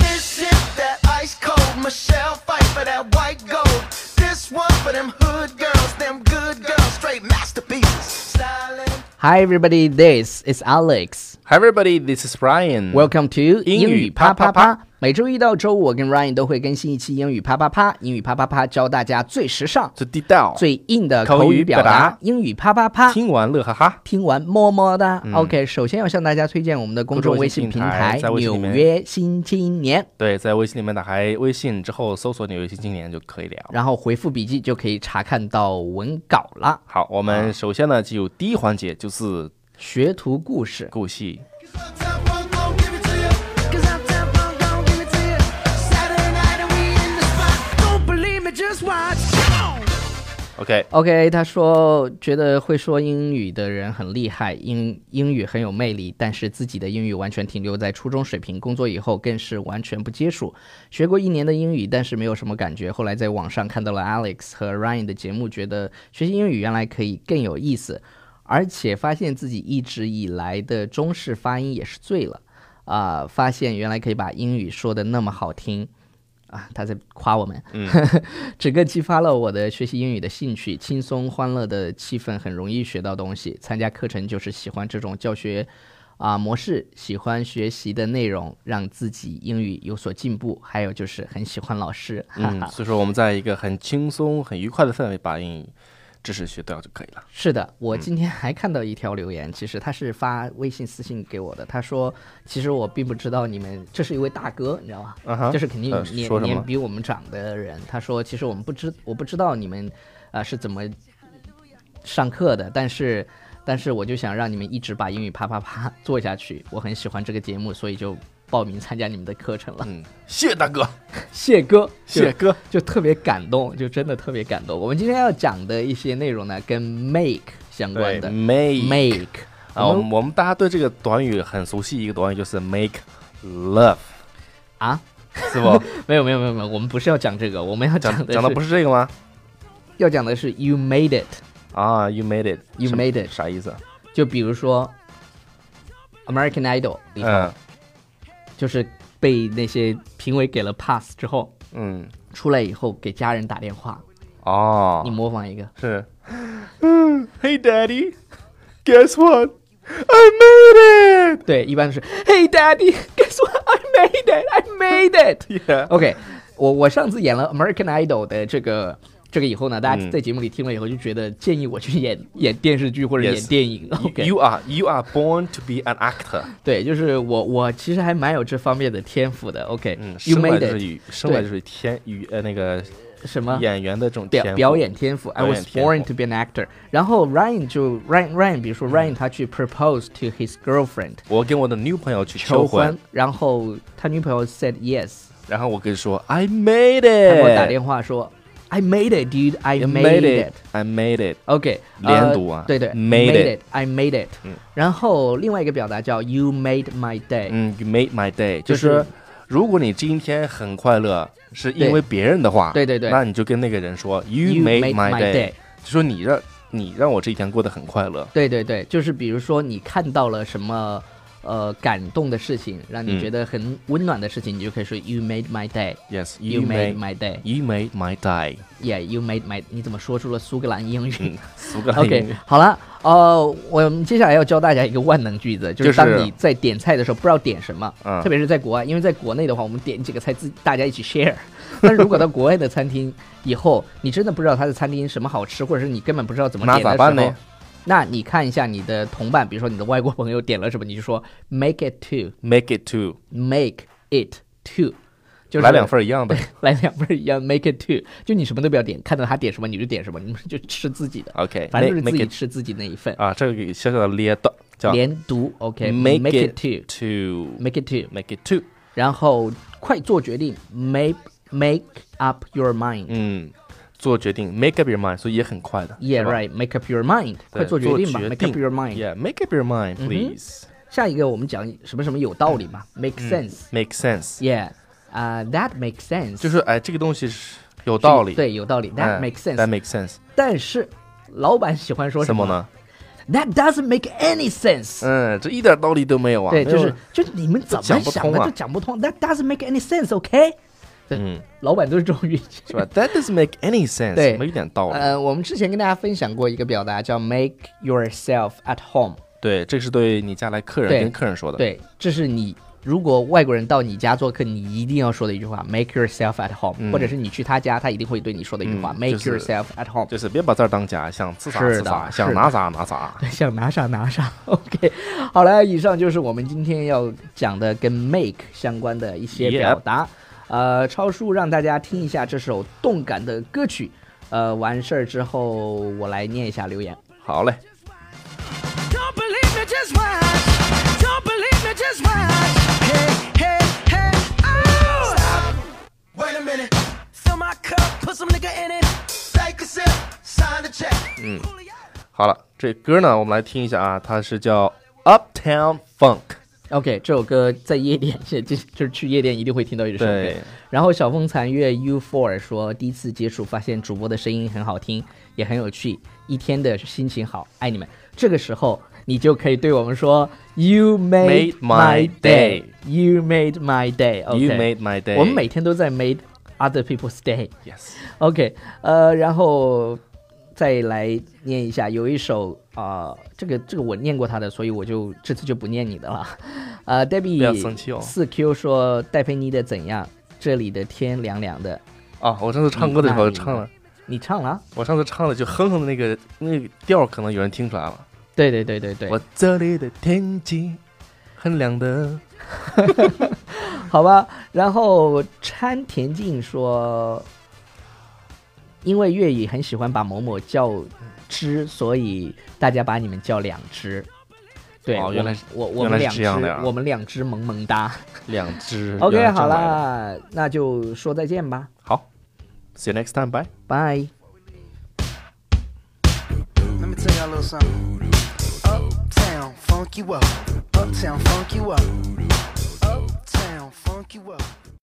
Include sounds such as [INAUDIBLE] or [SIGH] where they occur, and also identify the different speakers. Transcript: Speaker 1: This is that ice cold Michelle fight for that white gold. This one for them hood girls, them good girls, straight masterpieces. Style and
Speaker 2: Hi everybody, this is Alex.
Speaker 3: Hi, everybody. This is Brian.
Speaker 2: Welcome to 英
Speaker 3: Mm. 英
Speaker 2: 语
Speaker 3: 语
Speaker 2: 啪
Speaker 3: 啪
Speaker 2: 啪
Speaker 3: 啪
Speaker 2: 啪
Speaker 3: 啪。
Speaker 2: 每周一到周五，我跟 Ryan 都会更新一期英语啪啪啪。英语啪啪啪教大家最时尚、
Speaker 3: 最地道，
Speaker 2: 最硬的
Speaker 3: 口
Speaker 2: 口
Speaker 3: 语
Speaker 2: 语表
Speaker 3: 表达
Speaker 2: 英语啪啪啪。
Speaker 3: 听完乐哈哈。
Speaker 2: 听完么么哒。OK，首先要向大家推荐我们的公众微信平台
Speaker 3: 公众微信平台在
Speaker 2: 《
Speaker 3: 微信
Speaker 2: 纽
Speaker 3: 里面
Speaker 2: 约新青年》，
Speaker 3: 对，在微信里面打开微信之后，搜索“纽约新青年”就可以了。
Speaker 2: 然后回复笔记就可以查看到文稿了。
Speaker 3: 好，我们首先呢就有第一环节，就是
Speaker 2: 学徒故事，
Speaker 3: 故戏。
Speaker 1: uptown funk gon' give it to you. 'Cause uptown funk gon' give it to you. Saturday night and we in the spot. Don't believe me, just watch. Come on.
Speaker 3: OK，
Speaker 2: OK，他说觉得会说英语的人很厉害，英英语很有魅力，但是自己的英语完全停留在初中水平，工作以后更是完全不接触。学过一年的英语，但是没有什么感觉。后来在网上看到了 Alex 和 Ryan 的节目，觉得学习英语原来可以更有意思，而且发现自己一直以来的中式发音也是醉了啊、发现原来可以把英语说的那么好听。啊，他在夸我们， [LAUGHS] 整个激发了我的学习英语的兴趣，轻松欢乐的气氛很容易学到东西。参加课程就是喜欢这种教学啊、模式，喜欢学习的内容，让自己英语有所进步。还有就是很喜欢老师，哈
Speaker 3: 嗯，
Speaker 2: 哈。
Speaker 3: 所以说我们在一个很轻松、很愉快的氛围把英语知识学掉就可以了。
Speaker 2: 是的，
Speaker 3: 嗯
Speaker 2: 我今天还看到一条留言，其实他是发微信私信给我的，他说其实我并不知道你们，这是一位大哥，你知道吧？
Speaker 3: 啊哈
Speaker 2: 就是肯定
Speaker 3: 呃
Speaker 2: 年、
Speaker 3: 说什么
Speaker 2: 年比我们长的人，他说其实我们不知我不知道你们啊、呃是怎么上课的，但是但是我就想让你们一直把英语啪啪啪 [LAUGHS] 做下去，我很喜欢这个节目，所以就报名参加你们的课程了。
Speaker 3: 嗯，谢谢大哥，
Speaker 2: 谢哥，
Speaker 3: 谢谢哥。
Speaker 2: 就特别感动，就真的特别感动。我们今天要讲的一些内容呢，跟 make 相关
Speaker 3: 对
Speaker 2: 的
Speaker 3: ，make
Speaker 2: make
Speaker 3: 啊，我们我们大家对这个短语很熟悉，一个短语就是 make love，
Speaker 2: 啊，
Speaker 3: 是不？
Speaker 2: [LAUGHS] 没有没有没有没有，我们不是要讲这个，我们要
Speaker 3: 讲
Speaker 2: 的
Speaker 3: 讲的不
Speaker 2: 是
Speaker 3: 是这个吗？
Speaker 2: 要讲的是 you made it。
Speaker 3: 啊，you made it，you
Speaker 2: You made it
Speaker 3: 啥意思？
Speaker 2: 就比如说 American Idol 里头，
Speaker 3: 嗯
Speaker 2: 就是被那些评委给了 pass 之后，
Speaker 3: 嗯，
Speaker 2: 出来以后给家人打电话，
Speaker 3: 哦，
Speaker 2: 你模仿一个，
Speaker 3: 是，嗯，Hey Daddy，guess what？I made
Speaker 2: 对，一般是 Hey Daddy，guess what I made it，I made it。 [LAUGHS]
Speaker 3: it。Yeah，
Speaker 2: OK，我我上次演了 American Idol 的这个这个以后呢，大家
Speaker 3: 嗯
Speaker 2: 在节目里听了以后就觉得建议我去演演电视剧或者演
Speaker 3: Yes.
Speaker 2: 电影。OK，
Speaker 3: You are you are born to be an actor。
Speaker 2: 对，就是我我其实还蛮有这方面的天赋的。OK，
Speaker 3: 嗯，
Speaker 2: you
Speaker 3: 生来
Speaker 2: made
Speaker 3: 就是
Speaker 2: it
Speaker 3: 与生来就是天与呃那个
Speaker 2: 什么？
Speaker 3: 演员的这种
Speaker 2: 表
Speaker 3: 天赋
Speaker 2: 表演天赋，I
Speaker 3: 表演
Speaker 2: was
Speaker 3: 天赋嗯
Speaker 2: born to be an actor。然后 Ryan 就 Ryan Ryan，比如说 Ryan 他去 propose to his girlfriend
Speaker 3: 我跟我的女朋友去
Speaker 2: 求
Speaker 3: 婚
Speaker 2: 婚，，然后他女朋友 said yes，
Speaker 3: 然后我跟你说 I made
Speaker 2: 他
Speaker 3: it。
Speaker 2: 给我打电话说 I made it，dude，I
Speaker 3: You
Speaker 2: made
Speaker 3: made
Speaker 2: it。
Speaker 3: it，I made it。
Speaker 2: OK，
Speaker 3: 连读啊
Speaker 2: 呃对对
Speaker 3: made
Speaker 2: ，made
Speaker 3: it 嗯
Speaker 2: it，I made it。然后另外一个表达叫 You made my day，
Speaker 3: 嗯，You made my day，
Speaker 2: 就
Speaker 3: 就是是如果你今天很快乐，是
Speaker 2: 对
Speaker 3: 因为别人的话，
Speaker 2: 对对对
Speaker 3: 那你就跟那个人说
Speaker 2: You
Speaker 3: You
Speaker 2: made
Speaker 3: made
Speaker 2: my
Speaker 3: my
Speaker 2: day
Speaker 3: day，就说你让你让我这一天过得很快乐。
Speaker 2: 对对对，就是比如说你看到了什么呃感动的事情，让你
Speaker 3: 嗯
Speaker 2: 觉得很温暖的事情，你就可以说 You made my day，You
Speaker 3: Yes，You
Speaker 2: made
Speaker 3: made
Speaker 2: my day。
Speaker 3: You made my day。
Speaker 2: Yeah，you made my，你怎么说出了苏格兰英语
Speaker 3: 嗯，苏格兰
Speaker 2: [LAUGHS]
Speaker 3: 英 [LAUGHS]
Speaker 2: ？OK，
Speaker 3: 语
Speaker 2: 好了，呃，我们接下来要教大家一个万能句子，就
Speaker 3: 就是是
Speaker 2: 当你在点菜的时候不知道点什么，
Speaker 3: 嗯
Speaker 2: 特别是在国外，因为在国内的话，我们点几个菜自大家一起 share，但 [LAUGHS] 是如果到国外的餐厅以后，你真的不知道它的餐厅什么好吃，或者是你根本不知道怎么
Speaker 3: 那
Speaker 2: 点的
Speaker 3: 咋
Speaker 2: 时
Speaker 3: 办
Speaker 2: 候
Speaker 3: 呢，
Speaker 2: 那你看一下你的同伴，比如说你的外国朋友点了什么，你就说 make it
Speaker 3: make it two，
Speaker 2: to，make it to，就是
Speaker 3: 来两份一
Speaker 2: [LAUGHS]
Speaker 3: 样的。
Speaker 2: 来两份儿一样，make it two，就你什么都不要点，看到他点什么你就点什么，你们就吃自己的
Speaker 3: OK，
Speaker 2: 反正就是
Speaker 3: make-
Speaker 2: 自己
Speaker 3: make it-
Speaker 2: 吃自己那一份。
Speaker 3: 啊，这个给小小的列到叫
Speaker 2: 连读，OK，make、
Speaker 3: make
Speaker 2: it
Speaker 3: it
Speaker 2: two，make
Speaker 3: two，make
Speaker 2: it two，
Speaker 3: it two。
Speaker 2: 然后快做决定，make make up your mind。
Speaker 3: 嗯，做决定，make up your mind，所以也很快的。
Speaker 2: Yeah
Speaker 3: 是吧
Speaker 2: right, make up your mind，
Speaker 3: 对
Speaker 2: 快做决定吧，make up your mind。嗯
Speaker 3: Yeah, make up your mind, please. 嗯
Speaker 2: 下一个我们讲什么什么有道理嘛，make sense。
Speaker 3: Make sense.
Speaker 2: Yeah，啊、t h a t makes sense，
Speaker 3: 就是哎，这个东西是有道理，
Speaker 2: 对，有道理，that
Speaker 3: 哎
Speaker 2: makes sense、
Speaker 3: ，that makes sense，
Speaker 2: 但是老板喜欢说
Speaker 3: 什
Speaker 2: 么
Speaker 3: 么？呢？
Speaker 2: That doesn't make any sense、
Speaker 3: 嗯，这一点道理都没有啊，
Speaker 2: 对，
Speaker 3: 没有
Speaker 2: 就是就是你们怎么想
Speaker 3: 讲
Speaker 2: 的
Speaker 3: 不通啊
Speaker 2: 就讲不通。That doesn't make any sense，OK？、对，
Speaker 3: 嗯，
Speaker 2: 老板都是这种语气。
Speaker 3: 是
Speaker 2: [LAUGHS]
Speaker 3: 吧？That doesn't make any sense，
Speaker 2: 对
Speaker 3: 没一点道理。
Speaker 2: 呃，我们之前跟大家分享过一个表达叫 make yourself at home，
Speaker 3: 对，这是对你家来客人
Speaker 2: 对
Speaker 3: 跟客人说的。，
Speaker 2: 对，这是你如果外国人到你家做客，你一定要说的一句话，make yourself at home，、
Speaker 3: 嗯
Speaker 2: 或者是你去他家，他一定会对你说的一句话、
Speaker 3: 嗯
Speaker 2: m a k
Speaker 3: 就
Speaker 2: e
Speaker 3: 是
Speaker 2: yourself at home。
Speaker 3: 就是别把字儿当家，想自啥
Speaker 2: 是
Speaker 3: 自
Speaker 2: 的
Speaker 3: 啥，
Speaker 2: 是
Speaker 3: 想
Speaker 2: 的
Speaker 3: 拿啥拿啊啥。
Speaker 2: 想拿啥拿啥。OK，好了，以上就是我们今天要讲的跟 make 相关的一些
Speaker 3: Yep
Speaker 2: 表达。呃，超叔让大家听一下这首动感的歌曲。呃，完事儿之后我来念一下留言。
Speaker 3: 好嘞，
Speaker 1: Don't believe me, just watch. Don't believe me, just watch. Hey, hey, hey, oh! Stop. Wait a minute. Fill my cup, put some nigga in it. Take a sip, sign the check.
Speaker 3: 好了，这歌呢，我们来听一下啊，它是叫 Uptown Funk。
Speaker 2: OK，这首歌在夜店， [LAUGHS] 这这就是去夜店一定会听到这首歌
Speaker 3: 对。
Speaker 2: 然后小风残月 U Four 说，第一次接触，发现主播的声音很好听，也很有趣，一天的心情好，爱你们。这个时候，你就可以对我们说，You made
Speaker 3: Made
Speaker 2: my
Speaker 3: my
Speaker 2: day,
Speaker 3: day.
Speaker 2: you made my day. OK，
Speaker 3: You made my day。
Speaker 2: 我们每天都在 made other people's day。
Speaker 3: yes，
Speaker 2: OK，呃，然后再来念一下，有一首啊、这个这个我念过他的，所以我就这次就不念你的了。 [LAUGHS] 呃
Speaker 3: 不要生气
Speaker 2: ，Debbie
Speaker 3: 哦
Speaker 2: 四 Q 说戴佩妮的怎样？这里的天凉凉的，
Speaker 3: 啊，我上次唱歌的时候
Speaker 2: 你那
Speaker 3: 唱了，
Speaker 2: 你唱了啊？
Speaker 3: 我上次唱了就哼哼的那个那个调儿，可能有人听出来了。
Speaker 2: 对对对对对，
Speaker 3: 我这里的天气很凉的。
Speaker 2: 好吧。然后川田静说，因为粤语很喜欢把某某叫之，所以大家把你们叫两只。对，
Speaker 3: 哦
Speaker 2: 我
Speaker 3: 原来
Speaker 2: 们
Speaker 3: 是
Speaker 2: 我我们
Speaker 3: 原来是
Speaker 2: 两只
Speaker 3: 这样的呀
Speaker 2: 我们两只萌萌哒。
Speaker 3: 两只。原
Speaker 2: OK，
Speaker 3: 来是这
Speaker 2: 好
Speaker 3: 么来的。
Speaker 2: 啦，那就说再见吧，
Speaker 3: 好，See you next time，拜。
Speaker 2: 拜。
Speaker 1: Let me tell y'all a little something. Uptown, funk you up. Uptown, funk you up. Uptown, funk you up.